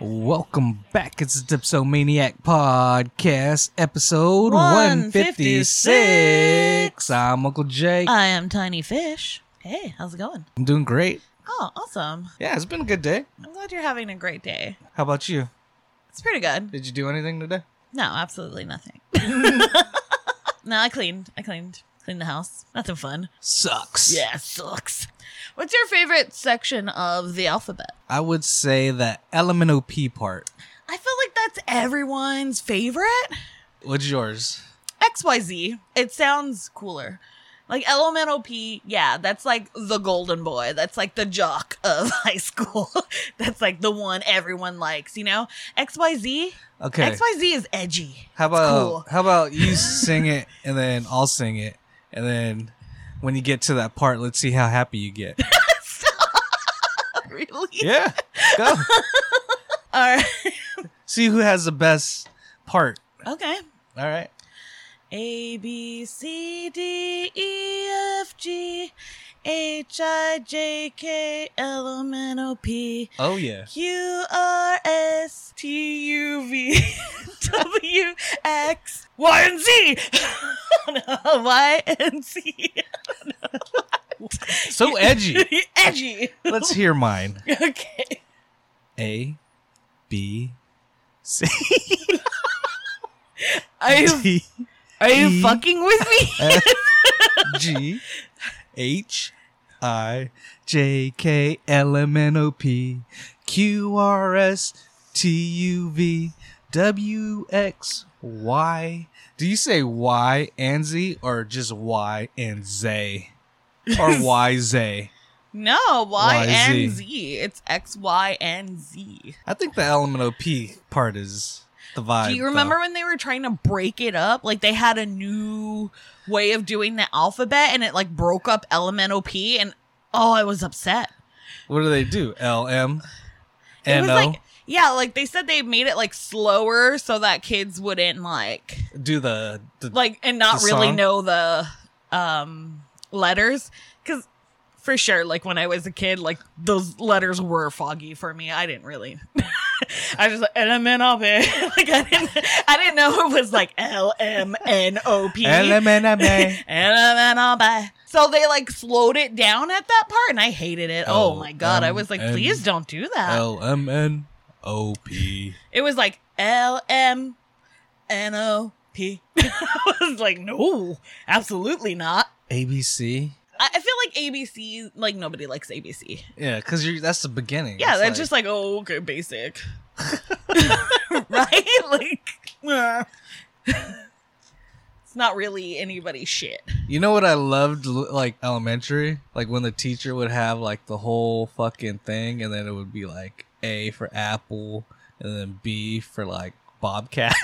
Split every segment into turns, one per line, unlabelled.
Welcome back. It's the Dipsomaniac Podcast, episode 156. I'm Uncle Jake.
I am Tiny Fish. Hey, how's it going?
I'm doing great.
Oh, awesome.
Yeah, it's been a good day.
I'm glad you're having a great day.
How about you?
It's pretty good.
Did you do anything today?
No, absolutely nothing. no, I cleaned. I cleaned. Cleaned the house. Nothing fun.
Sucks.
Yeah, sucks. What's your favorite section of the alphabet?
I would say the LMNOP part.
I feel like that's everyone's favorite.
What's yours?
XYZ. It sounds cooler. Like LMNOP, yeah, that's like the golden boy. That's like the jock of high school. that's like the one everyone likes, you know? XYZ?
Okay.
XYZ is edgy.
how about
cool.
how about you sing it and then I'll sing it and then when you get to that part, let's see how happy you get.
really?
yeah. Go.
All right.
See who has the best part.
Okay.
All right.
A B C D E F G H I J K L M N O P
Oh yeah.
Q R S T U V W X Y and Z. No, Y and Z.
So edgy.
Edgy.
Let's hear mine.
Okay.
A, B, C,
Are you
D,
are
E.
you fucking with me?
F, G, H, I, J, K, L, M, N, O, P, Q, R, S, T, U, V, W, X, Y. Do you say Y and Z or just Y and Z? Or Y, Z?
No, Y
Y,
and
Z.
Z. It's X Y and Z.
I think the LMNOP part is the vibe.
Do you
though.
remember when they were trying to break it up? Like they had a new way of doing the alphabet and it like broke up LMNOP and oh, I was upset.
What do they do? L M
It
N
was
O.
like yeah, like they said they made it like slower so that kids wouldn't like
Do the, the
like and not
The
really
song?
know the um letters cuz for sure like when I was a kid like those letters were foggy for me. I didn't really I was just like LMNOP. like I didn't I didn't know it was like L M N O P.
L M N M A.
LMNOP. So they like slowed it down at that part and I hated it. Oh, my god. I was like,
LMN.
please don't do that.
L M N O P.
It was like L M N O P. I was like, no, absolutely not.
A B C.
I I feel like ABC, like nobody likes ABC.
Yeah, because you're that's the beginning.
Yeah,
It's
that's
like-
just like, oh, okay, basic. right? Like, uh, it's not really anybody's shit.
you know what I loved l- like elementary, like when the teacher would have like the whole fucking thing, and then it would be like A for apple, and then B for like bobcat.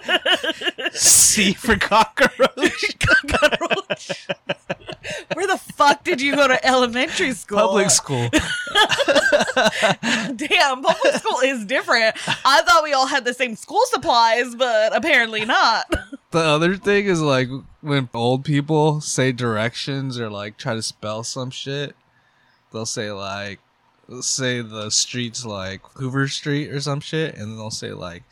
C for cockroach.
Cockroach. Where the fuck did you go to elementary school?
Public school.
Damn, public school is different. I thought we all had the same school supplies, but apparently not.
The other thing is like when old people say directions or like try to spell some shit, they'll say like let's say the streets like Hoover Street or some shit, and then they'll say like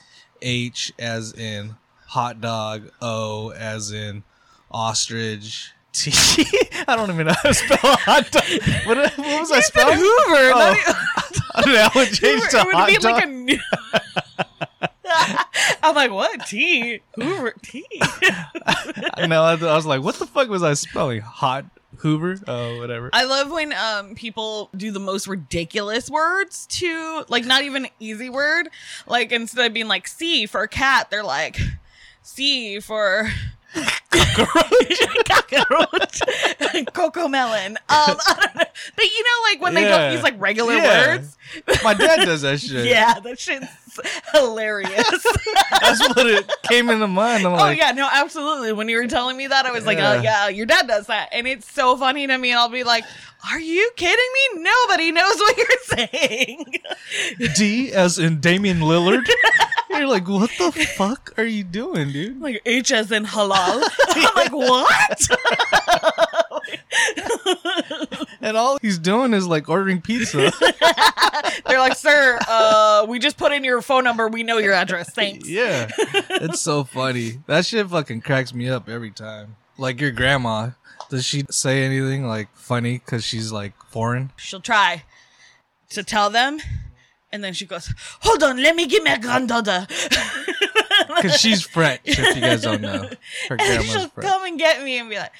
H as in hot dog, O as in ostrich. T. I don't even know how to spell hot dog. What, what was I spelling? Hoover.
not e-
I don't know. I would change to
it would
hot
be
dog.
like a new. I'm like, what? Tea? Hoover tea?
I know. I, I was like, what the fuck was I spelling? Hot Hoover? Oh, whatever.
I love when um people do the most ridiculous words to like not even an easy word. Like instead of being like C for cat, they're like C for cockroach, cocoa melon. Um, I don't know. but you know, like when they
Yeah.
don't use like regular
Yeah.
words.
My dad does that shit.
Yeah, that shit's hilarious.
That's what it came into mind. I'm
Oh
like,
yeah, no, absolutely. When you were telling me that, I was like,
Yeah.
oh yeah, your dad does that, and it's so funny to me. And I'll be like, are you kidding me? Nobody knows what you're saying.
D as in Damian Lillard. You're like, what the fuck are you doing, dude?
like H as in halal. I'm like, what?
and all he's doing is like ordering pizza.
They're like, sir, uh, we just put in your phone number. We know your address. Thanks.
yeah. It's so funny. That shit fucking cracks me up every time. Like your grandma, does she say anything like funny cuz she's like foreign?
She'll try to tell them. And then she goes, hold on, let me get my granddaughter.
Cuz she's French if you guys don't know. Her
and she'll
grandma's French.
come and get me and be like,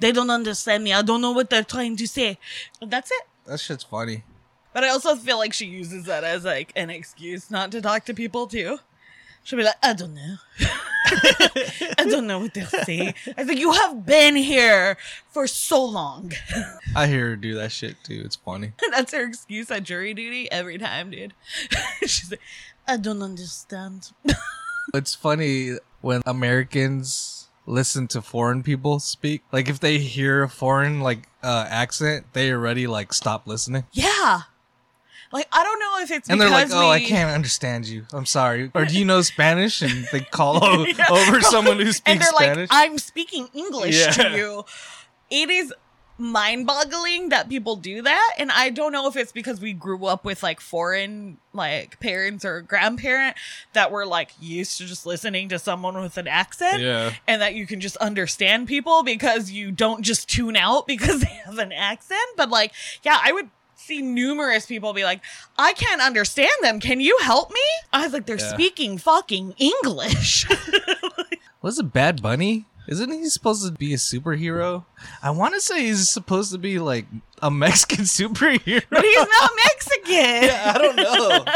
they don't understand me. I don't know what they're trying to say. And that's it.
That shit's funny.
But I also feel like she uses that as like an excuse not to talk to people too. She'll be like, I don't know. I don't know what they're saying. I think you have been here for so long.
I hear her do that shit too. It's funny.
That's her excuse on jury duty every time, dude. She's like, I don't understand.
It's funny when Americans listen to foreign people speak. Like if they hear a foreign like uh, accent, they already like stop listening.
Yeah. Like I don't know if it's
And they're
because
like, "Oh, I
we-
can't understand you. I'm sorry." Or do you know Spanish? And they call o-
Yeah.
over someone who speaks
and they're
Spanish.
like, I'm speaking English
Yeah.
to you. It is mind boggling that people do that. And I don't know if it's because we grew up with like foreign like parents or grandparent that were like used to just listening to someone with an accent.
yeah,
And that you can just understand people because you don't just tune out because they have an accent. But like, yeah, I would see numerous people be like, I can't understand them. Can you help me? I was like, they're
Yeah.
speaking fucking English.
was it Bad Bunny? Isn't he supposed to be a superhero? I want to say he's supposed to be like a Mexican superhero.
but he's not Mexican.
Yeah, I don't know.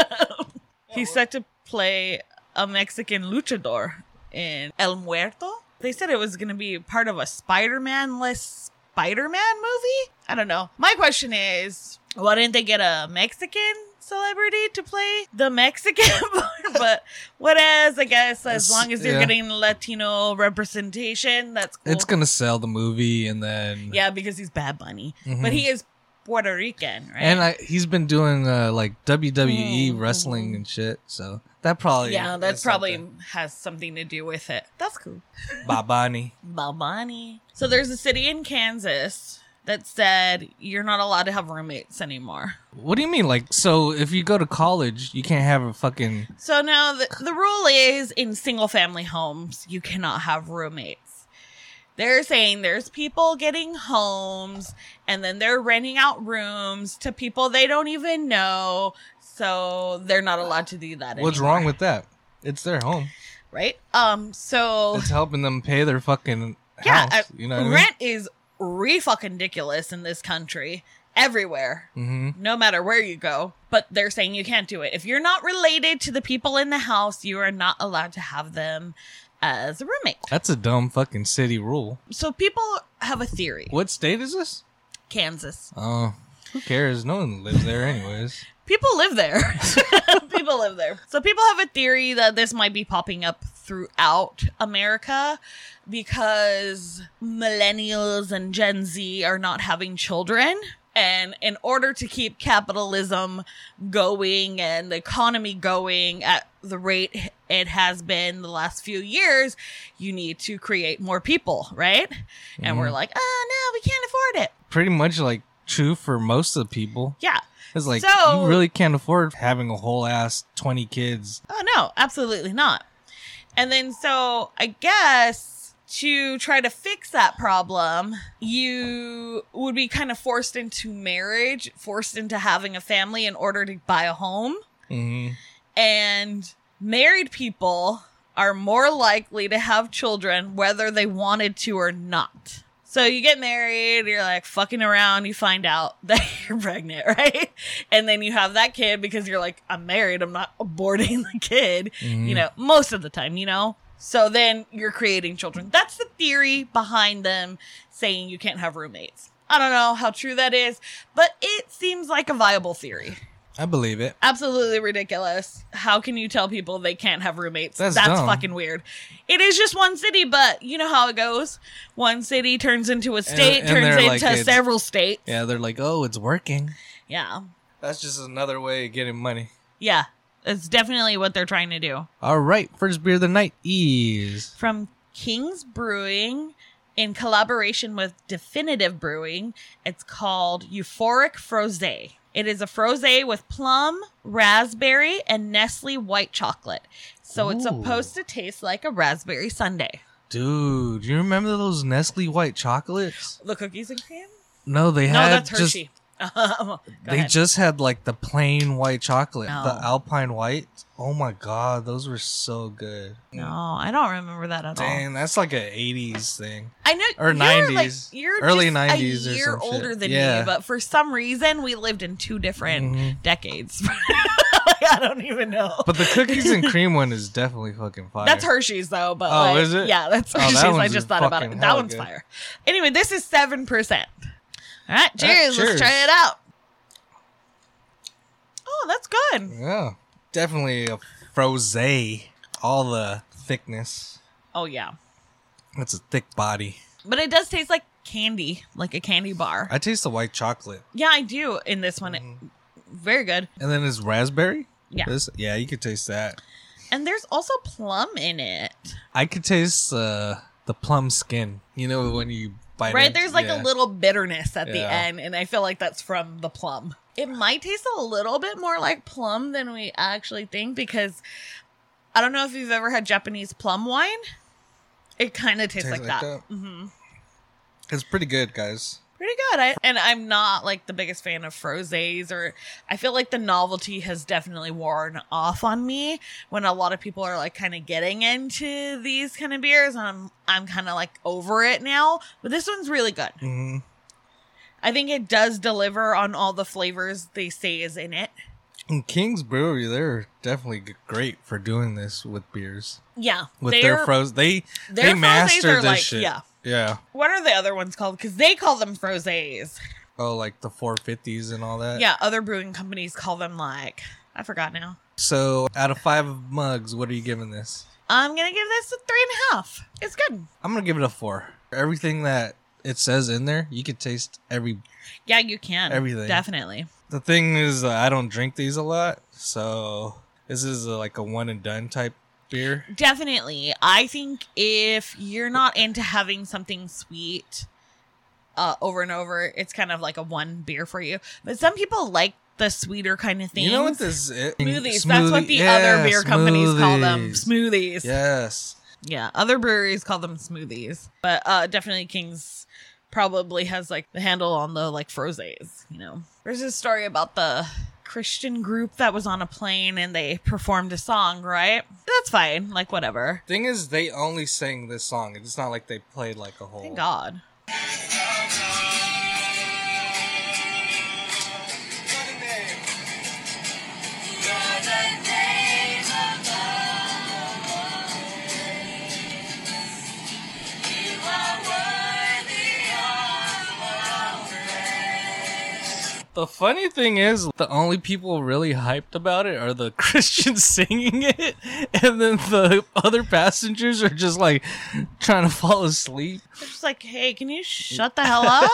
He's set to play a Mexican luchador in El Muerto. They said it was going to be part of a Spider-Man less Spider-Man movie. I don't know. My question is, why didn't they get a Mexican celebrity to play the Mexican part? but whatevs, I guess. As
It's-
long as you're
yeah.
getting Latino representation, that's cool.
It's gonna sell the movie, and then
yeah, because he's Bad Bunny,
Mhm.
but he is Puerto Rican, right?
And I, he's been doing uh, like WWE
Mm,
wrestling
mhm.
and shit, so that probably
yeah,
is
that's probably
something.
has something to do with it. That's cool.
Babani.
Balbani. So there's a city in Kansas that said you're not allowed to have roommates anymore.
What do you mean? Like, so if you go to college, you can't have a fucking
So now the, the rule is in single family homes, you cannot have roommates. They're saying there's people getting homes and then they're renting out rooms to people they don't even know. So they're not allowed to do that.
What's
anymore,
wrong with that? It's their home.
right? Um, so
It's helping them pay their fucking
Yeah,
house.
I-
you know what
rent is re fucking ridiculous in this country, everywhere.
I mean?
no matter where you go. But they're saying you can't do it. If you're not related to the people in the house, you are not allowed to have them as a roommate.
That's a dumb fucking city rule.
So people have a theory.
What state is this?
Kansas.
Oh, who cares? No one lives there, anyways.
People live there. people live there. So people have a theory that this might be popping up throughout America because millennials and Gen Z are not having children. And in order to keep capitalism going and the economy going at the rate it has been the last few years, you need to create more people, right? And we're like, oh no, we can't afford it.
Pretty much like true for most of the people.
Yeah.
It's like
So-
you really can't afford having a whole ass twenty kids.
Oh no, absolutely not. And then so I guess to try to fix that problem, you would be kind of forced into marriage, forced into having a family in order to buy a home.
hmm
And married people are more likely to have children whether they wanted to or not. So you get married, you're like fucking around, you find out that you're pregnant, right? And then you have that kid because you're like, I'm married, I'm not aborting the kid, you know, most of the time, you know? So then you're creating children. That's the theory behind them saying you can't have roommates. I don't know how true that is, but it seems like a viable theory
I believe it.
absolutely ridiculous. How can you tell people they can't have roommates?
That's
That's,
dumb.
fucking weird. It is just one city, but you know how it goes. One city turns into a state,
and they're
turns
like,
into
it's-
several states.
Yeah, they're like, oh, it's working.
yeah.
That's just another way of getting money.
Yeah. That's definitely what they're trying to do.
All right, first beer of the night is
From King's Brewing in collaboration with Definitive Brewing. It's called Euphoric Frosé. It is a frosé with plum, raspberry, and Nestle white chocolate. So it's
Ooh.
supposed to taste like a raspberry sundae.
Dude, you remember those Nestle white chocolates?
The cookies and cream?
No, they
No,
had
that's
just
Hershey. Go
they
ahead.
just had like the plain white chocolate,
No.
the Alpine white. Oh my god, those were so good.
no, I don't remember that at all.
Dang, that's like an '80s thing.
I know
Or
you're like
90s.
you're
Early
just
90s or
a year
some shit.
older than
Yeah.
me, but for some reason we lived in two different
Mhm.
decades. Like, I don't even know.
But the cookies and cream one is definitely fucking fire.
that's Hershey's though, but
Oh,
like,
is it?
yeah, that's
Oh, that
Hershey's. I
one's
just thought about
fucking
it.
hella
That one's
good.
fire. Anyway, this is seven percent. All right, cheers.
cheers.
Let's try it out. Oh, that's good.
Yeah, definitely a froze. All the thickness.
Oh yeah,
That's a thick body.
but it does taste like candy, like a candy bar.
I taste the white chocolate.
yeah, I do in this one.
Mhm.
Very good.
And then it's raspberry.
Yeah.
This- yeah, you could taste that.
And there's also plum in it.
I could taste uh, the plum skin. You know when you bite.
right
into-
there's like
yeah.
a little bitterness at the
Yeah.
end and i feel like that's from the plum it might taste a little bit more like plum than we actually think because i don't know if you've ever had japanese plum wine it kind of tastes,
Tastes
like,
like
that, hmm
It's pretty good, guys.
pretty good I, and i'm not like the biggest fan of froses or i feel like the novelty has definitely worn off on me when a lot of people are like kind of getting into these kind of beers and i'm, I'm kind of like over it now but this one's really good
hmm
I think it does deliver on all the flavors they say is in it.
And King's Brewery, they're definitely g- great for doing this with beers.
Yeah,
With their froze, they they
their frosés
mastered
are
this
like-
shit.
Yeah.
yeah.
What are the other ones called? Because they call them frosés.
Oh, like the 450s and all that.
Yeah, other brewing companies call them like I forgot now.
So, out of five mugs, what are you giving this?
I'm gonna give this a three and a half. It's good.
I'm gonna give it a four. Everything that it says in there, you could taste every
Yeah, you can
Everything.
definitely.
the thing is uh, i don't drink these a lot so this is uh, like a one and done type beer
Definitely. I think if you're not into having something sweet uh, over and over, it's kind of like a one beer for you. But some people like the sweeter kind of things.
you know what this is
Smoothies. That's what the other beer companies call them. Smoothies. Yeah.
yes
Other breweries call them smoothies. But uh definitely King's probably has like the handle on the like frosés, you know. There's this story about the Christian group that was on a plane and they performed a song, right? That's fine. Like whatever.
thing is they only sang this song it's not like they played like a whole
Thank God.
the funny thing is the only people really hyped about it are the christians singing it and then the other passengers are just like trying to fall asleep
They're just like, hey, can you shut the hell up?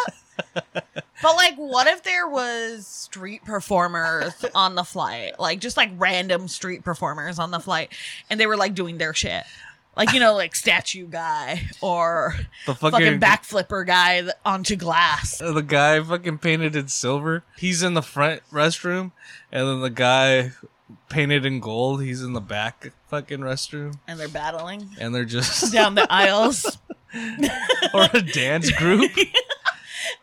but like, what if there was street performers on the flight? Like, just like random street performers on the flight, and they were like doing their shit. Like you know, like statue guy or
the
fucking back flipper guy th- onto glass.
Uh, the guy fucking painted in silver. He's in the front restroom, and then the guy painted in gold. He's in the back fucking restroom,
And they're battling
and they're just
down the aisles.
or a dance group.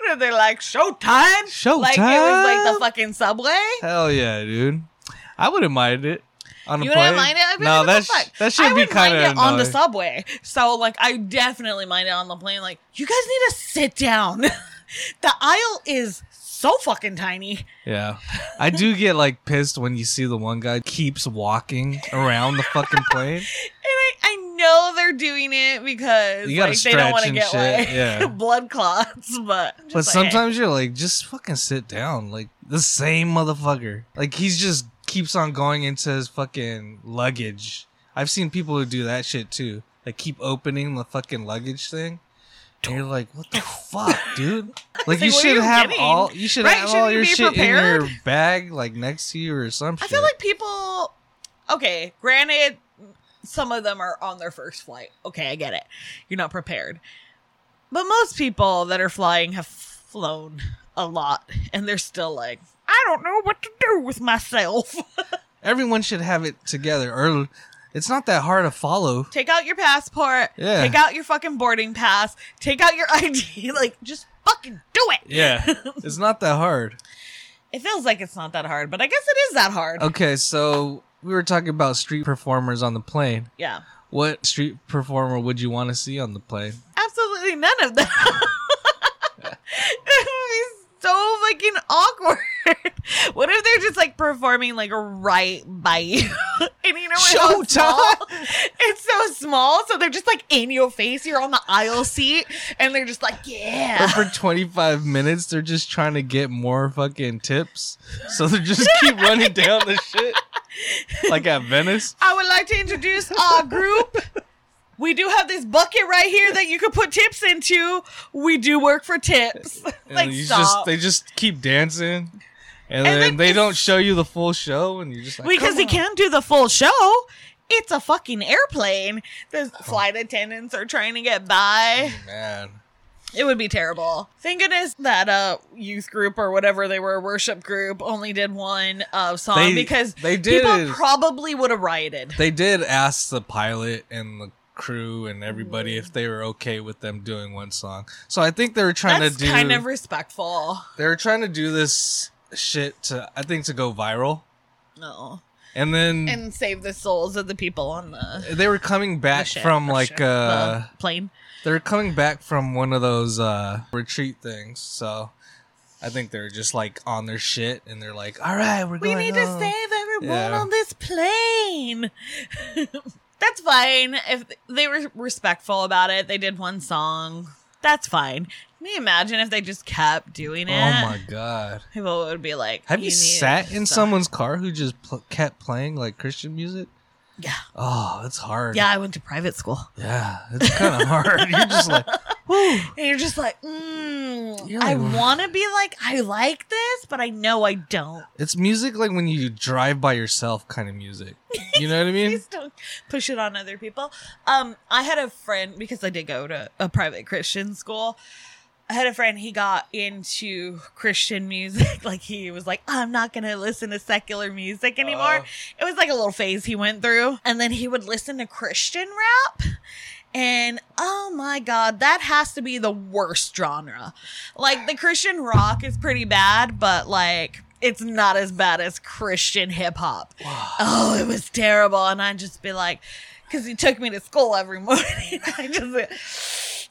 And they're like, Showtime! Like it was like
Showtime!
the fucking subway.
Hell yeah, dude! I wouldn't mind it on a
You
plane.
wouldn't mind it? I'd be
no,
like, what the
that sh-
fuck?
that should be
I would
kind
mind
of
it on the subway. So like I definitely mind it on the plane. Like you guys need to sit down. the aisle is so fucking tiny.
Yeah, I do get like pissed when you see the one guy keeps walking around the fucking plane.
And I, I know they're doing it because
You gotta
like, they don't want to
stretch
get
and
like
shit, yeah.
blood clots, but I'm
But
just like, hey.
sometimes you're like, just fucking sit down. Like the same motherfucker. Like he's just keeps on going into his fucking luggage. I've seen people who do that shit too. Like keep opening the fucking luggage thing. And you're like, what the fuck, dude? Like you
like, what are
should
you
have
getting?
all you should
Right,
have
shouldn't
all
you
your
be
shit in your
prepared?
bag, like next to you or some shit.
I feel like people okay, granted some of them are on their first flight. Okay, I get it. You're not prepared. But most people that are flying have flown a lot and they're still like, I don't know what to do with myself.
Everyone should have it together. Or it's not that hard to follow.
take out your passport,
Yeah.
take out your fucking boarding pass, take out your ID, like just fucking do it.
Yeah. it's not that hard.
It feels like it's not that hard, but I guess it is that hard.
Okay, so we were talking about street performers on the plane.
Yeah.
What street performer would you want to see on the plane?
Absolutely none of them. it would be so fucking awkward. what if they're just like performing like right by you? and you know it's so
Showtime.
small. It's so small, so they're just like in your face. You're on the aisle seat, and they're just like,
Or
yeah.
for 25 minutes, they're just trying to get more fucking tips. So they just keep running down the shit. Like at Venice.
I would like to introduce our group. We do have this bucket right here that you could put tips into. We do work for tips.
And
like
you
stop.
just they just keep dancing. And, then,
then
they
it's-
don't show you the full show and you're just like
because
"Come
he
on."
can't do the full show. It's a fucking airplane. The flight attendants are trying to get by.
Man.
It would be terrible. Thank goodness that uh youth group or whatever they were, worship group, only did one uh song
They-
because
they did.
people probably would have rioted.
They did ask the pilot and the crew and everybody if they were okay with them doing one song. So I think they were trying
That's
to do
kind of respectful.
they were trying to do this shit to I think to go viral.
No.
And then
And save the souls of the people on the,
they were coming
the
back
ship,
from
the
like
ship,
uh
the plane.
they were coming back from one of those uh retreat things. So I think they're just like on their shit and they're like, "All right, we're
We
going
need
home."
to save everyone
Yeah.
on this plane. That's fine. If they were respectful about it, they did one song. That's fine. Can you imagine if they just kept doing it?
Oh my god.
People would be like,
Have you,
need
sat in
some-"
someone's car who just pl- kept playing like Christian music?
Yeah.
Oh, it's hard.
Yeah, I went to private school.
Yeah, it's kind of hard. You're just like, whew.
And you're just like, mm,
You're
I
like-
want to be like, I like this, but I know I don't.
It's music like when you drive by yourself kind of music. You know what I mean?
Please don't push it on other people. Um, I had a friend because I did go to a private Christian school. I had a friend. He got into Christian music. Like he was like, I'm not gonna listen to secular music anymore.
Uh.
it was like a little phase he went through, and then he would listen to Christian rap. And oh my god, that has to be the worst genre. Like the Christian rock is pretty bad, but like it's not as bad as Christian hip hop. Oh, it was terrible. And I'd just be like, because he took me to school every morning. I just, be,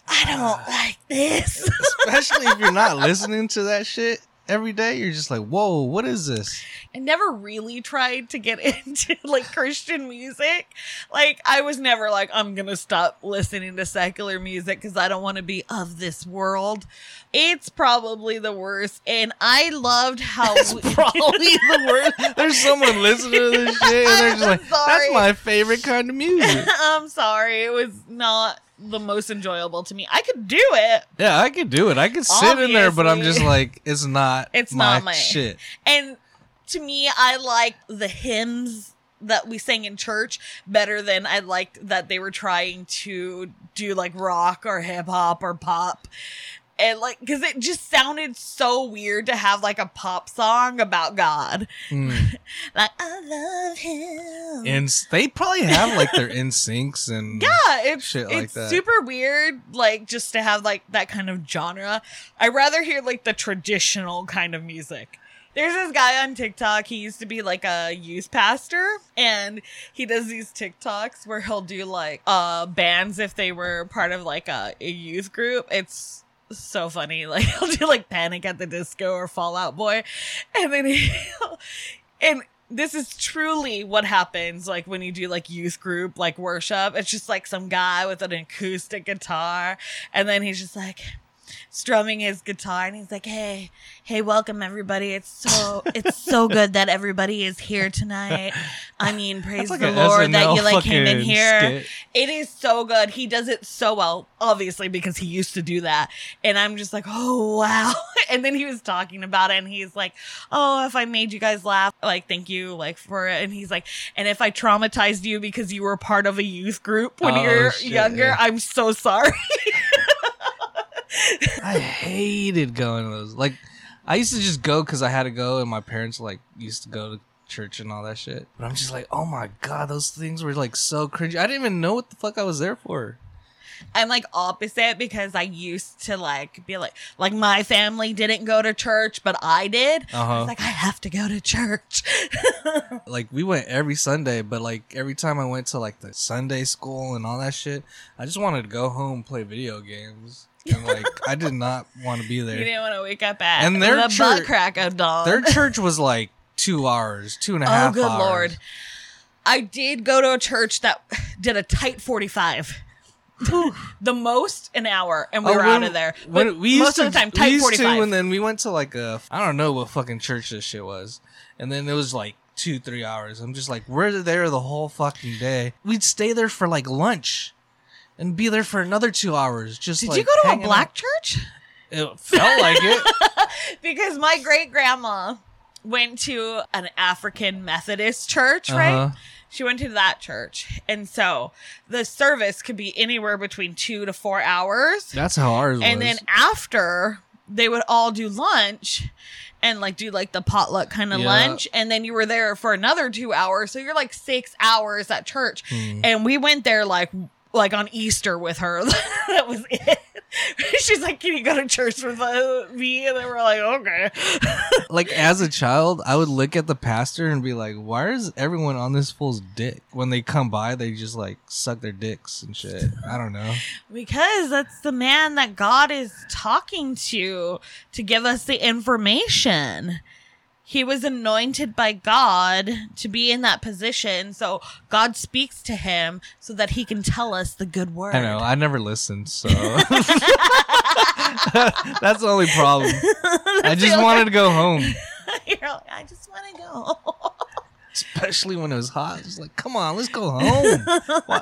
I don't like this.
Especially if you're not listening to that shit every day, you're just like, whoa, what is this?
I never really tried to get into like Christian music. Like, I was never like, I'm going to stop listening to secular music because I don't want to be of this world. It's probably the worst. And I loved how.
Probably the worst. There's someone listening to this shit, and they're just like,
Sorry.
that's my favorite kind of music.
I'm sorry. It was not the most enjoyable to me. I could do it,
Yeah, I could do it. I could sit in there, but I'm just
Obviously.
like, it's not.
It's
my
not my-
shit.
And to me, I liked the hymns that we sang in church better than I liked that they were trying to do like rock or hip hop or pop. And like, because it just sounded so weird to have like a pop song about God.
Mm.
Like, I love him.
And s- they probably have like their instincts and
yeah, it's,
shit like
it's
that.
super weird, like, just to have like that kind of genre. I'd rather hear like the traditional kind of music. There's this guy on TikTok. He used to be like a youth pastor, and he does these TikToks where he'll do like uh bands if they were part of like a, a youth group. It's so funny. Like he'll do like Panic at the Disco or Fallout Boy, and then he'll and this is truly what happens like when you do like youth group like worship it's just like some guy with an acoustic guitar and then he's just like strumming his guitar and he's like hey hey welcome everybody it's so it's so good that everybody is here tonight i mean praise
That's like
the
an
lord that
SNL
you like came in
fucking
here
skit.
it is so good. He does it so well, obviously, because he used to do that. And I'm just like, oh, wow. And then he was talking about it and he's like, oh, if I made you guys laugh, like, thank you, like, for it. And he's like, and if I traumatized you because you were part of a youth group when
Oh,
you're
shit,
younger,
yeah.
I'm so sorry.
hated going to those. Like, I used to just go because I had to go, and my parents like used to go to church and all that shit. But I'm just like, oh my god, those things were like so cringy. I didn't even know what the fuck I was there for.
I'm like opposite because I used to like be like like my family didn't go to church, but I did. I
Uh
was
huh.
like, I have to go to church.
Like we went every Sunday, but like every time I went to like the Sunday school and all that shit, I just wanted to go home play video games. And like I did not want to be
you
there.
didn't want to wake up at
And their
the butt
church-
crack of dawn.
Their church was like two hours, two and a
Oh,
half.
good
hours.
lord. I did go to a church that did a tight 45. the most an hour, and we
Oh,
were
when-
out of there.
when-
But most of the time,
we
tight
used to,
45.
and then we went to like a I don't know what fucking church this shit was, and then it was like two three hours. I'm just like we're there the whole fucking day. We'd stay there for like lunch, and be there for another two hours. Just
did
like,
you go to a
hanging
black church?
out. It felt like it.
Because my great grandma went to an African Methodist church, right?
Uh-huh.
She went to that church. And so the service could be anywhere between two to four hours.
That's how ours
and
was.
then after they would all do lunch and like do like the potluck kind of
Yeah.
lunch and then you were there for another two hours so you're like six hours at church and we went there like like on easter with her that was it she's like can you go to church with uh, me and then we're like okay
like as a child, I would look at the pastor and be like, "Why is everyone on this fool's dick?" When they come by, they just like suck their dicks and shit. I don't know.
because that's the man that god is talking to to give us the information he was anointed by God to be in that position. So God speaks to him so that he can tell us the good word.
I know. I never listened, so that's the only problem. I just wanted to go home,
You're like, I just want to go.
especially when it was hot. It's like, come on, let's go home. Why,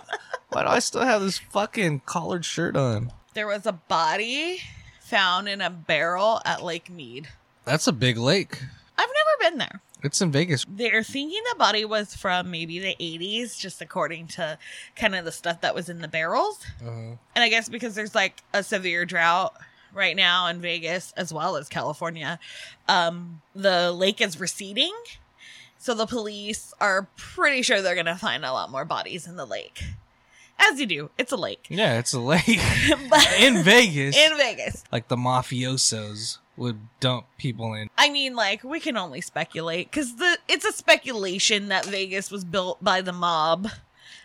why do I still have this fucking collared shirt on?
there was a body found in a barrel at Lake Mead.
That's a big lake.
I've never been there.
It's in Vegas.
They're thinking the body was from maybe the 80s, just according to kind of the stuff that was in the barrels.
Uh-huh.
And I guess because there's like a severe drought right now in Vegas as well as California, um, the lake is receding. So the police are pretty sure they're going to find a lot more bodies in the lake. As you do, it's a lake.
Yeah, it's a lake
But-
in Vegas.
in Vegas.
like the mafiosos would dump people in.
I mean, like we can only speculate because the it's a speculation that Vegas was built by the mob.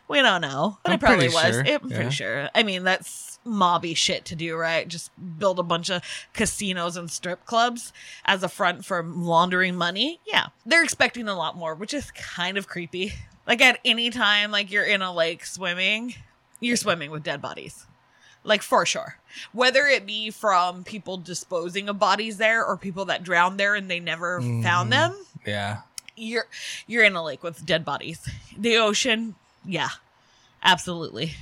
We don't know, but
I'm
it probably
pretty
was.
sure,
I'm
yeah.
pretty sure. I mean, that's mobby shit to do, right? Just build a bunch of casinos and strip clubs as a front for laundering money. Yeah, they're expecting a lot more, which is kind of creepy. Like at any time, like you're in a lake swimming, you're swimming with dead bodies like for sure whether it be from people disposing of bodies there or people that drowned there and they never
Mhm.
found them
Yeah.
you're you're in a lake with dead bodies the ocean yeah absolutely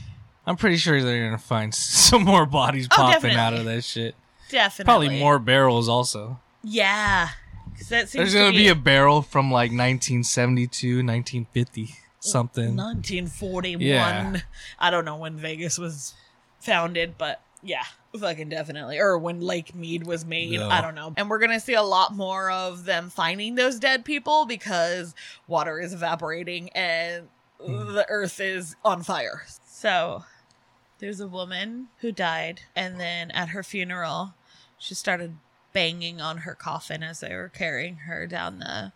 I'm pretty sure they're gonna find s- some more bodies
Oh,
popping out
definitely.
of that shit.
definitely
Probably more barrels also.
yeah 'Cause that seems
There's gonna
to
be a barrel from like 1972, 1950, something.
1941
Yeah.
i don't know when vegas was founded but yeah fucking definitely or when lake mead was made
No.
i don't know and we're gonna see a lot more of them finding those dead people because water is evaporating and
Hmm.
the earth is on fire so there's a woman who died and then at her funeral she started banging on her coffin as they were carrying her down the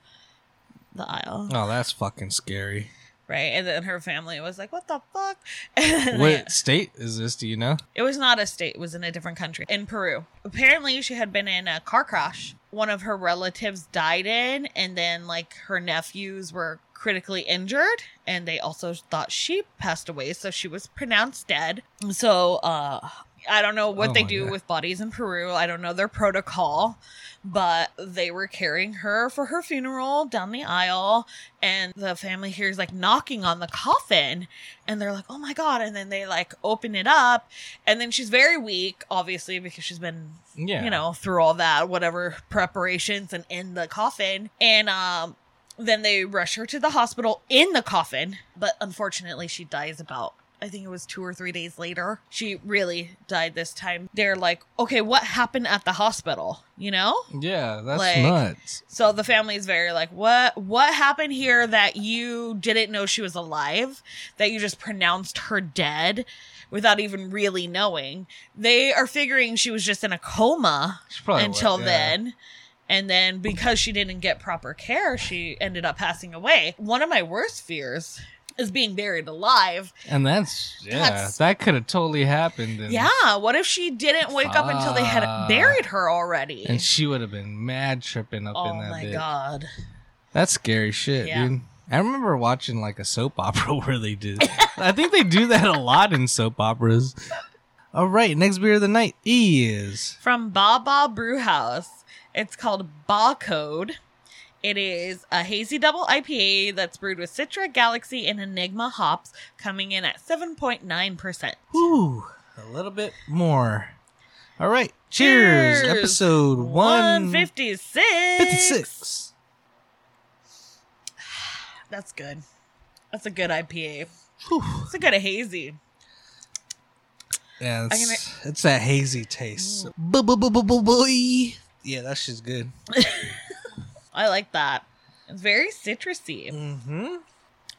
the aisle
Oh, that's fucking scary.
right? And then her family was like, "What the fuck?" And
What
they-
state is this? Do you know?
it was not a state; it was in a different country, in Peru. Apparently, she had been in a car crash. One of her relatives died in, and then like her nephews were critically injured, and they also thought she passed away, so she was pronounced dead. So, uh. I don't know what
Oh
they
my
do
God.
with bodies in Peru. I don't know their protocol, but they were carrying her for her funeral down the aisle and the family hears like knocking on the coffin and they're like oh my god and then they like open it up and then she's very weak obviously because she's been
Yeah.
you know through all that whatever preparations and in the coffin and um then they rush her to the hospital in the coffin but unfortunately she dies about I think it was two or three days later. She really died this time. They're like, okay, what happened at the hospital? You know?
Yeah, that's
Like-
nuts.
So the family's very like, what what happened here that you didn't know she was alive? That you just pronounced her dead without even really knowing. They are figuring she was just in a coma
She probably
until
would, yeah.
then. And then because she didn't get proper care, she ended up passing away. One of my worst fears is being buried alive.
And that's yeah,
That's-
that could have totally happened. And,
Yeah, what if she didn't wake up until they had
Fuck.
buried her already?
and she would have been mad tripping up
oh
in that.
my
bitch.
god.
That's scary shit,
Yeah.
dude. I remember watching like a soap opera where they did. I think they do that a lot in soap operas. All right, next beer of the night is
from Baba Brewhouse. It's called Ba Code. It is a hazy double IPA that's brewed with Citra, Galaxy, and Enigma hops, coming in at 7.9%.
whew, a little bit more. All right, cheers.
Cheers.
Episode one fifty
156.
six.
That's good. That's a good IPA.
Whew.
It's a good hazy.
Yeah,
can
it's, it's that hazy taste. Boo, boo, boo, boo, boo, boy. Yeah, that shit's good.
I like that. It's very citrusy.
Mm-hmm.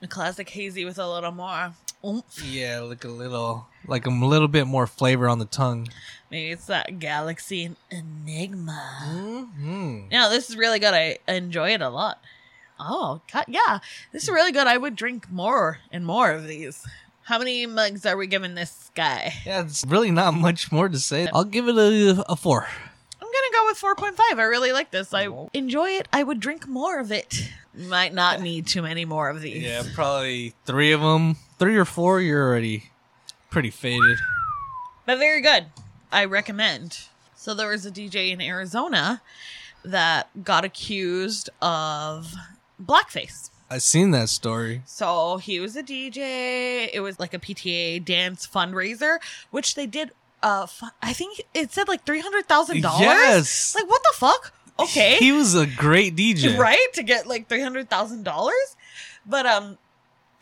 A classic hazy with a little more oomph.
Yeah, like a little, like a little bit more flavor on the tongue.
Maybe it's that Galaxy and Enigma.
Mm-hmm.
No, this is really good. I enjoy it a lot. Oh, God, yeah. This is really good. I would drink more and more of these. How many mugs are we giving this guy?
Yeah, it's really not much more to say. I'll give it a, a four.
I'm going to go with 4.5. I really like this. I enjoy it. I would drink more of it. Might not need too many more of these.
Yeah, probably three of them, three or four. You're already pretty faded.
But very good. I recommend. So there was a DJ in Arizona that got accused of blackface.
I seen that story.
So he was a DJ. It was like a PTA dance fundraiser, which they did. Uh, fu- I think it said like three hundred thousand dollars.
Yes,
Like what the fuck? Okay,
he was a great DJ.
right to get like three hundred thousand dollars, but um.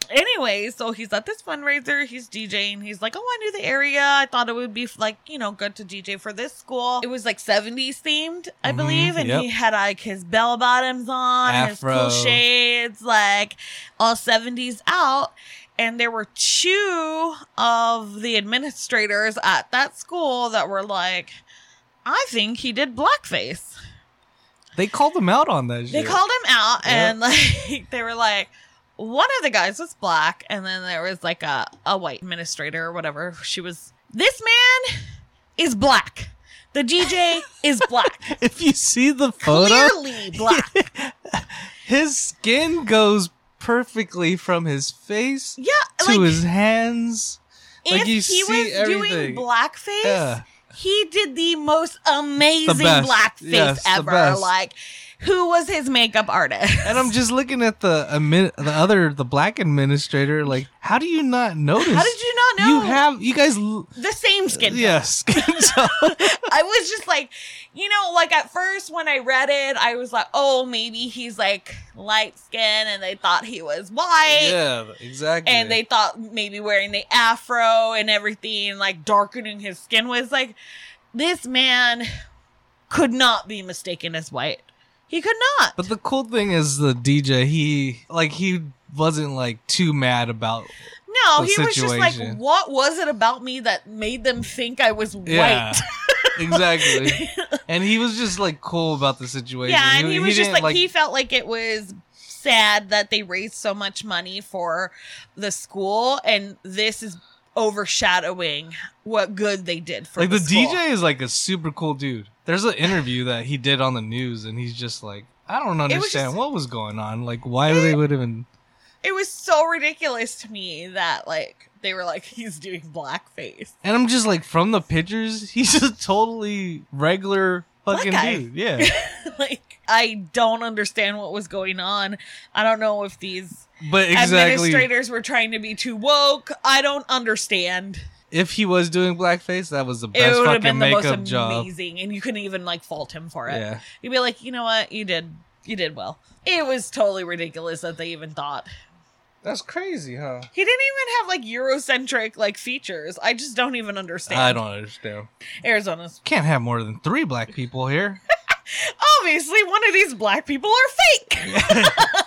Anyway, so he's at this fundraiser, he's DJing, he's like, Oh, I knew the area. I thought it would be like, you know, good to DJ for this school. It was like 70s themed, I
Mhm,
believe. And
yep.
he had like his bell bottoms on,
Afro.
his cool shades, like all 70s out. And there were two of the administrators at that school that were like, I think he did blackface
They called him out on that.
they
shit.
called him out
Yeah.
and like they were like one of the guys was black and then there was like a, a white administrator or whatever she was this man is black the dj is black
If you see the photo,
clearly black
his skin goes perfectly from his face
yeah
to
like
his hands.
if
like, you
he
see
was
everything.
doing blackface
Yeah.
he did the most amazing
best.
blackface
Yes, the
ever
best.
like who was his makeup artist
And I'm just looking at the admin, the other the black administrator. Like, how do you not notice?
how did you not know
You have you guys. l-
the same skin tone.
Yeah, skin tone.
I was just like, you know, like at first when I read it, I was like, oh, maybe he's like light skin and they thought he was white.
yeah, exactly.
And they thought maybe wearing the afro and everything, like darkening his skin was like, this man could not be mistaken as white. He could not.
But the cool thing is the DJ. He like he wasn't like too mad about. the
no, he was just like,
situation.
what was it about me that made them think I was white?
Yeah, exactly. And he was just like cool about the situation.
Yeah, and he, was just
didn't,
like, he felt like it was sad that they raised so much money for the school, and this is overshadowing what good they did for
like the,
the, school.
DJ is like a super cool dude. There's an interview that he did on the news, and he's just like, I don't
was
understand
just-
what was going on. Like, why they would even.
It was so ridiculous to me that like they were like he's doing blackface.
And I'm just like, from the pictures, he's a totally regular fucking
guy.
dude. Yeah.
like I don't understand what was going on. I don't know if these
But exactly.
administrators were trying to be too woke. I don't understand.
If he was doing blackface, that was the
It
best
would have
fucking
been the most
makeup
amazing,
job.
and you couldn't even like fault him for it.
Yeah.
You'd be like, you know what? You did. You did well. It was totally ridiculous that they even thought
That's crazy, huh?
He didn't even have like Eurocentric like features. I just don't even understand.
I don't understand.
Arizona's
Can't have more than three black people here.
obviously one of these black people are fake.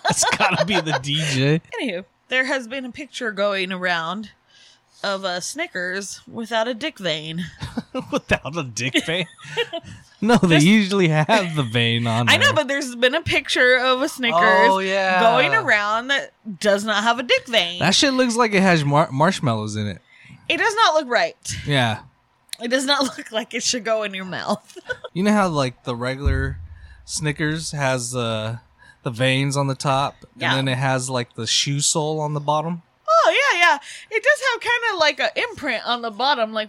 it's gotta be the DJ.
Anywho, there has been a picture going around of a Snickers without a dick vein.
Without a dick vein? no, they usually have the vein on
I know,
there.
but there's been a picture of a Snickers
Oh, yeah.
going around that does not have a dick vein.
That shit looks like it has mar- marshmallows in it.
it does not look right.
Yeah.
It does not look like it should go in your mouth.
You know how like the regular Snickers has uh, the veins on the top,
Yeah.
and then it has like the shoe sole on the bottom.
Oh yeah, yeah. It does have kind of like an imprint on the bottom. Like,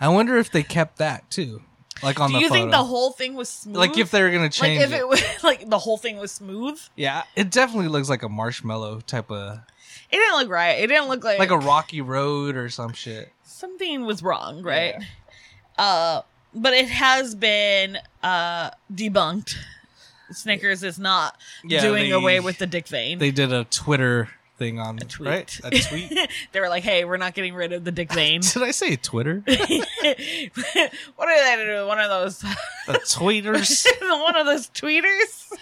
I wonder if they kept that too, like on
do
the
you
photo.
think the whole thing was smooth?
like if they were gonna
like
change
if
it.
it was like the whole thing was smooth.
Yeah, it definitely looks like a marshmallow type of
It didn't look right. It didn't look like
like a rocky road or some shit.
something was wrong, right? Uh, but it has been uh debunked. Snickers is not
Yeah,
doing
they-
away with the dick vein. They,
They did a Twitter thing on
tweet.
right a tweet.
were like, "Hey, we're not getting rid of the dick vein."
did I say Twitter?
what are they do? One of those,
The tweeters.
one of those tweeters.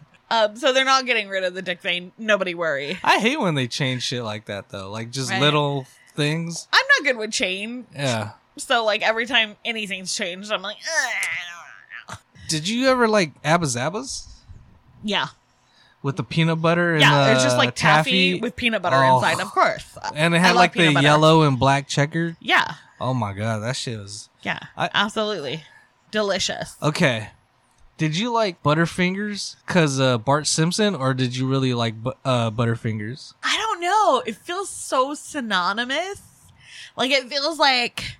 Um, so they're not getting rid of the dick vein. Nobody worry.
I hate when they change shit like that though. Like just
Right.
little things.
I'm not good with change,
Yeah.
so like every time anything's changed, I'm like, "Ugh, I
Did you ever like Abba Zabbas
don't know." yeah,
with the peanut butter and
yeah.
the
it's just like taffy, with peanut butter
Oh.
inside, of course.
and it
I
had
love
like the
peanut butter.
yellow and black checker.
Yeah,
Oh my god, that shit was
yeah,
I- Uh,
absolutely delicious.
okay. Did you like Butterfingers because uh, Bart Simpson, or did you really like bu- uh, Butterfingers?
I don't know. It feels so synonymous. Like it feels like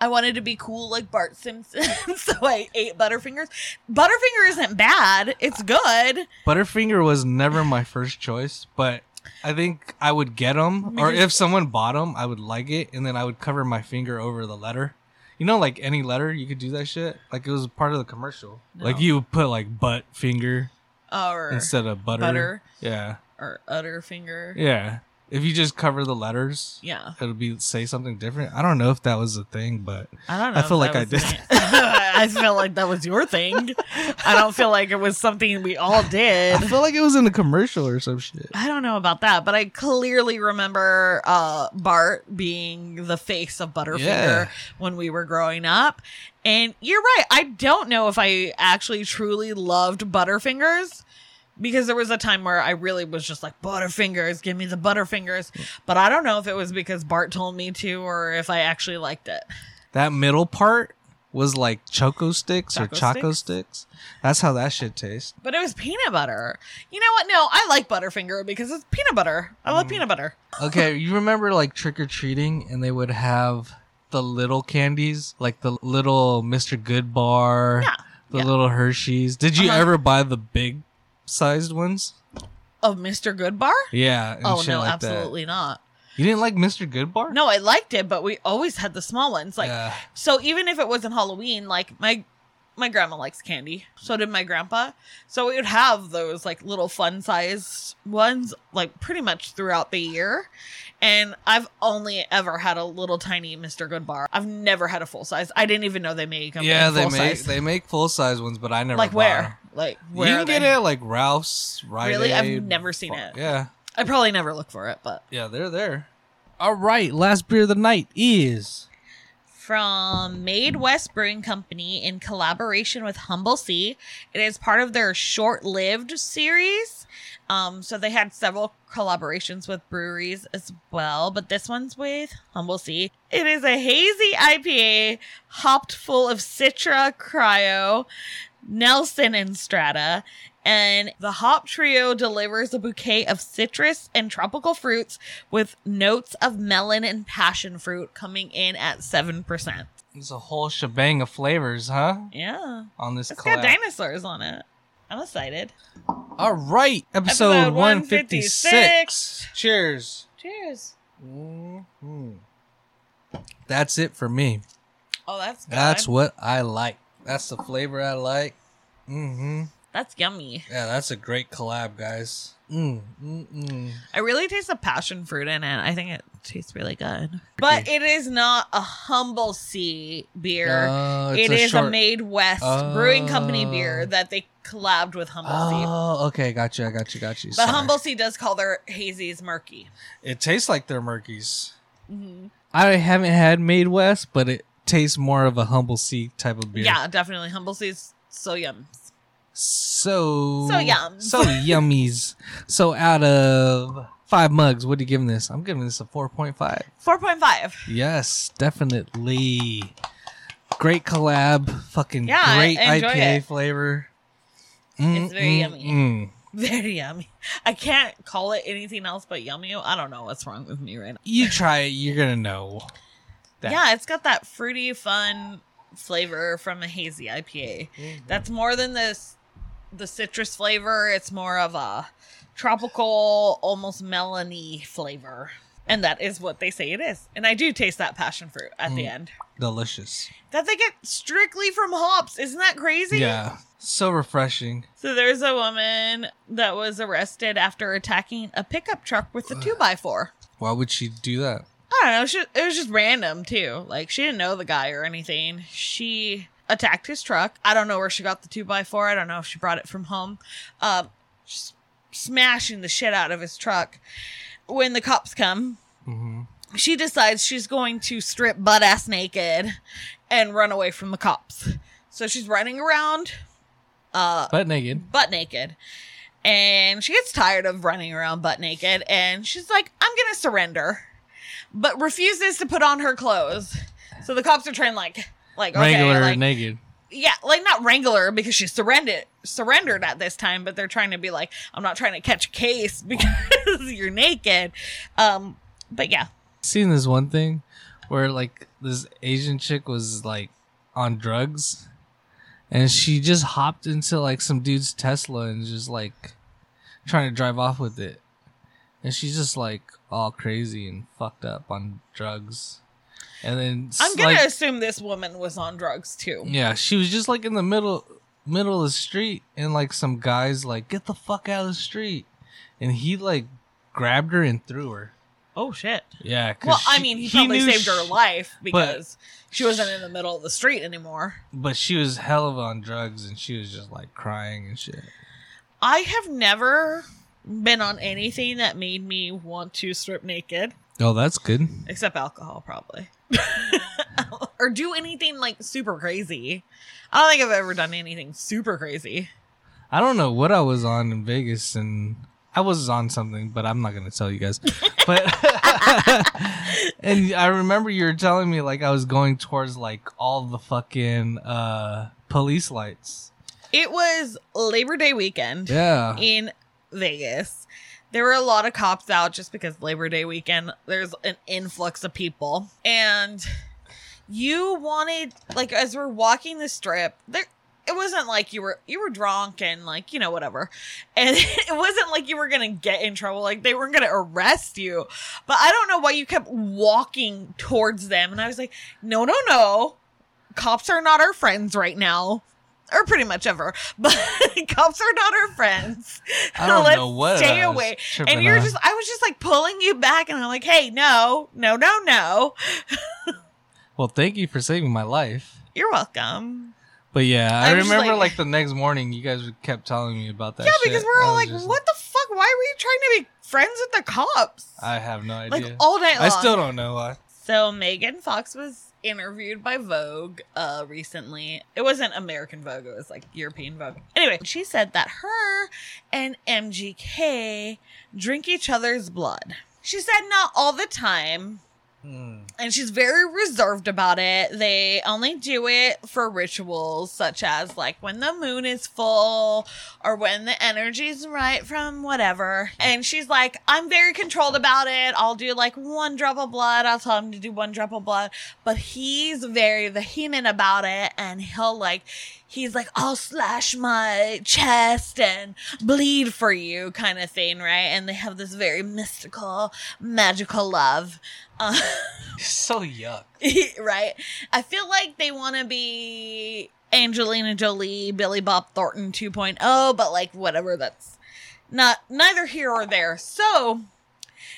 I wanted to be cool like Bart Simpson, so I ate Butterfingers. Butterfinger isn't bad. It's good.
Butterfinger was never my first choice, but I think I would get them, or if someone bought them, I would like it, and then I would cover my finger over the letter. You know, like any letter, you could do that shit. Like it was part of the commercial. Like
No.
you would put like butt finger
Or
instead of butter.
Butter.
Yeah,
or Utterfinger.
yeah. If you just cover the letters,
Yeah.
it'll be say something different. I don't know if that was a thing, but
I don't
I
know. if
feel like
that
I did.
was me. I feel like that was your thing. I don't feel like it was something we all did.
I feel like it was in a commercial or some shit.
I don't know about that, but I clearly remember uh, Bart being the face of Butterfinger
Yeah.
when we were growing up. And you're right. I don't know if I actually truly loved Butterfingers because there was a time where I really was just like, Butterfingers, give me the Butterfingers.
Hmm.
But I don't know if it was because Bart told me to or if I actually liked it.
That middle part was like choco sticks or
Choco
choco sticks. That's how that shit tastes.
But it was peanut butter. You know what? No, I like Butterfinger because it's peanut butter. I
Hmm.
love peanut butter.
Okay, you remember like trick or treating and they would have the little candies, like the little Mr. Good bar,
Yeah.
the
yeah.
little Hershey's. Did you
Uh-huh.
ever buy the big sized ones?
Of Mr. Goodbar?
Yeah. And
Oh,
shit
no,
like
absolutely not.
That. You didn't like Mr. Good bar?
No, I liked it, but we always had the small ones. Like
Yeah.
so even if it wasn't Halloween, like my my grandma likes candy. So did my grandpa. So we would have those like little fun sized ones like pretty much throughout the year. And I've only ever had a little tiny Mr. Good bar. I've never had a full size. I didn't even know they make them.
yeah,
in
they
full
make
size.
they make full size ones, but I never
like
bought
where?
'em.
Like where?
you
are
can get
they?
it at, like Ralph's, right?
Really? I've never seen it.
Yeah.
I probably never look for it, but
Yeah, they're there. All right, last beer of the night is
from Made West Brewing Company in collaboration with Humble Sea. It is part of their short lived series. Um, so they had several collaborations with breweries as well, but this one's with Humble Sea. It is a hazy IPA hopped full of Citra, Cryo, Nelson, and Strata. And the hop trio delivers a bouquet of citrus and tropical fruits with notes of melon and passion fruit coming in at 7%.
it's a whole shebang of flavors, huh?
Yeah.
On this
It's
collab.
got dinosaurs on it. I'm excited.
All right, episode,
Episode
156.
156.
Cheers.
Cheers.
Mhm. That's it for me.
Oh, that's good.
That's what I like. That's the flavor I like. Mm-hmm.
that's yummy.
Yeah, that's a great collab, guys. Mm, mm, mm.
I really taste the passion fruit in it. I think it tastes really good. But it is not a humble sea beer.
Oh,
it is
short-
a Made West Brewing Company
Oh.
beer that they collabed with Humble Sea.
Oh, okay, gotcha, gotcha, gotcha.
But
Sorry.
Humble Sea does call their hazies murky.
It tastes like they're murkies.
Mhm.
I haven't had Made West, but it tastes more of a humble sea type of beer.
Yeah, definitely. Humble Sea's so yum.
So
So yum.
So yummies. so out of five mugs, what are you giving this? I'm giving this a four point five.
4.5.
Yes, definitely. Great collab. Fucking
Yeah,
great
I enjoy
IPA
it.
flavor.
It's very yummy.
mm.
Very yummy. I can't call it anything else but yummy. I don't know what's wrong with me right now.
You try it, you're gonna know. that.
Yeah, it's got that fruity, fun flavor from a hazy IPA.
Mm-hmm.
That's more than this the citrus flavor. It's more of a tropical, almost melony flavor. And that is what they say it is. And I do taste that passion fruit at the
Mm.
end.
Delicious.
That they get strictly from hops. Isn't that crazy?
Yeah. So refreshing.
So there's a woman that was arrested after attacking a pickup truck with a two by four.
Why would she do that?
I don't know. She, it was just random too. Like she didn't know the guy or anything. She attacked his truck. I don't know where she got the two by four. I don't know if she brought it from home. Um, just smashing the shit out of his truck. When the cops come,
hmm
she decides she's going to strip butt ass naked and run away from the cops. So she's running around. Uh,
But naked.
butt naked. And she gets tired of running around butt naked and she's like, I'm gonna surrender, but refuses to put on her clothes. So the cops are trying like like okay,
Regular
like,
naked.
yeah, like not wrangler because she surrendered surrendered at this time, but they're trying to be like, I'm not trying to catch a case because you're naked. Um but yeah.
seen this one thing where like this Asian chick was like on drugs and she just hopped into like some dude's Tesla and just like trying to drive off with it. And she's just like all crazy and fucked up on drugs. And then s-
I'm gonna
like,
assume this woman was on drugs too.
yeah, she was just like in the middle middle of the street and like some guys like get the fuck out of the street and he like grabbed her and threw her.
Oh shit.
Yeah, 'cause
Well, I
she-
mean, he,
he
probably
knew
saved her
she-
life because she wasn't in the middle of the street anymore.
but she was hell of on drugs and she was just like crying and shit.
I have never been on anything that made me want to strip naked,
Oh, that's good.
except alcohol, probably. or do anything like super crazy. I don't think I've ever done anything super crazy.
I don't know what I was on in Vegas and I was on something, but I'm not gonna tell you guys. But and I remember you were telling me like I was going towards like all the fucking uh police lights.
It was Labor Day weekend
Yeah.
in Vegas. There were a lot of cops out just because Labor Day weekend, there's an influx of people. And you wanted like as we're walking the strip, there it wasn't like you were you were drunk and like, you know, whatever. And it wasn't like you were gonna get in trouble, like they weren't gonna arrest you. But I don't know why you kept walking towards them. And I was like, no, no, no. Cops are not our friends right now. Or pretty much ever. But cops are not our friends.
I don't
Let's
know what
stay
I was
away.
tripping
And you're
on.
just I was just like pulling you back and I'm like, hey, no, no, no, no.
Well, thank you for saving my life.
You're welcome.
But yeah, I,
I was just
remember
like-
like, the next morning you guys kept telling me about that
yeah,
shit.
because we're
I
all
was
like,
just
what the fuck? Why were you trying to be friends with the cops?
I have no idea.
like all night long.
I still don't know why.
So Megan Fox was interviewed by Vogue uh recently. It wasn't American Vogue, it was like European Vogue. Anyway, she said that her and MGK drink each other's blood. She said not all the time,
Hmm.
and she's very reserved about it. They only do it for rituals such as like when the moon is full or when the energy's right from whatever. And she's like, I'm very controlled about it. I'll do like one drop of blood. I'll tell him to do one drop of blood. But he's very vehement about it and he'll like he's like, I'll slash my chest and bleed for you kind of thing, right? And they have this very mystical, magical love. Uh,
So yuck.
right? I feel like they want to be Angelina Jolie, Billy Bob Thornton 2.0, but like oh, whatever, that's Not neither here or there. So,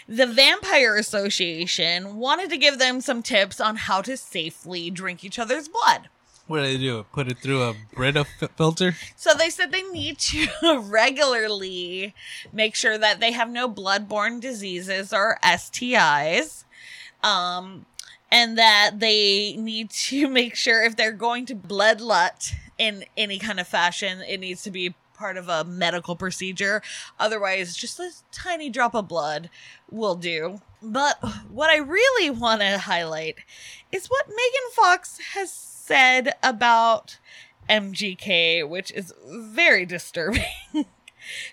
the Vampire Association wanted to give them some tips on how to safely drink each other's blood.
What do they do? Put it through a Brita fi- filter?
So they said they need to regularly make sure that they have no bloodborne diseases or STIs. Um, and that they need to make sure if they're going to bloodlet in any kind of fashion, it needs to be part of a medical procedure. Otherwise, just a tiny drop of blood will do. But what I really want to highlight is what Megan Fox has said about MGK, which is very disturbing.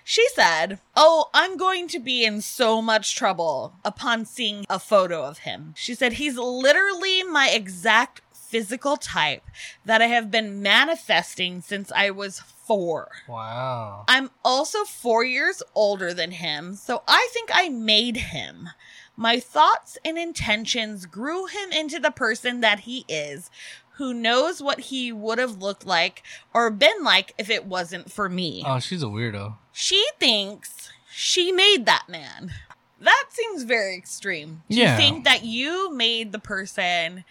she said, Oh, I'm going to be in so much trouble upon seeing a photo of him. She said, He's literally my exact physical type that I have been manifesting since I was four.
Wow.
I'm also four years older than him, so I think I made him. My thoughts and intentions grew him into the person that he is, who knows what he would have looked like or been like if it wasn't for me.
Oh, she's a weirdo.
She thinks she made that man. That seems very extreme. Do
Yeah.
you think that you made the person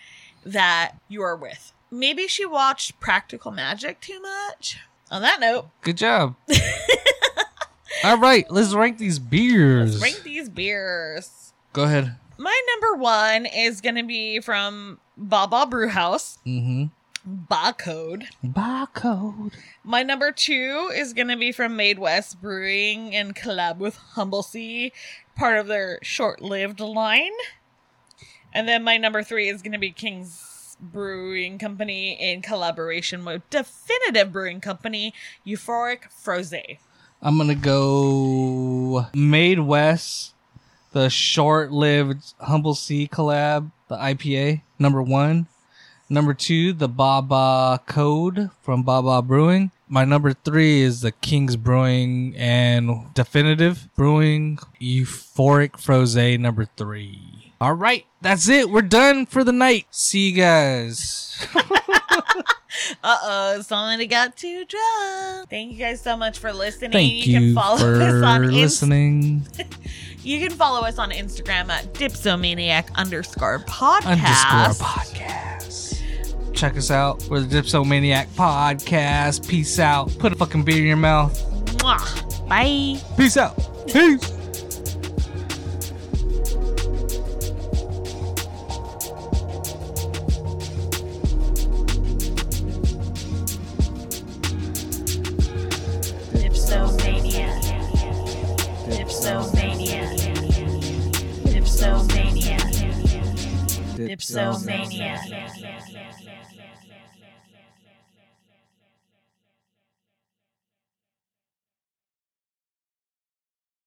that you are with? Maybe she watched Practical Magic too much. On that note,
Good job. All right, let's rank these beers.
Let's rank these beers.
Go ahead.
My number one is gonna be from Baba Brewhouse,
Mm-hmm.
Barcode.
Barcode.
My number two is gonna be from Made West Brewing and collab with Humble Sea, part of their short-lived line. And then my number three is gonna be King's Brewing Company in collaboration with Definitive Brewing Company, Euphoric Froze.
I'm gonna go Made West, the short-lived Humble Sea collab, the IPA number one, number two the Baba Code from Baba Brewing. My number three is the King's Brewing and Definitive Brewing Euphoric Froze number three. All right, that's it. We're done for the night. See you guys.
Uh oh, somebody got too drunk. Thank you guys so much for listening.
Thank
you,
you,
can follow
for
us on Inst-
listening.
You can follow us on Instagram at dipsomaniac underscore podcast.
underscore podcast. Check us out. We're the Dipsomaniac Podcast. Peace out. Put a fucking beer in your mouth.
Mwah. Bye.
Peace out. Peace.
Dipsomania. Dipsomania. Dipsomania. Dipsomania.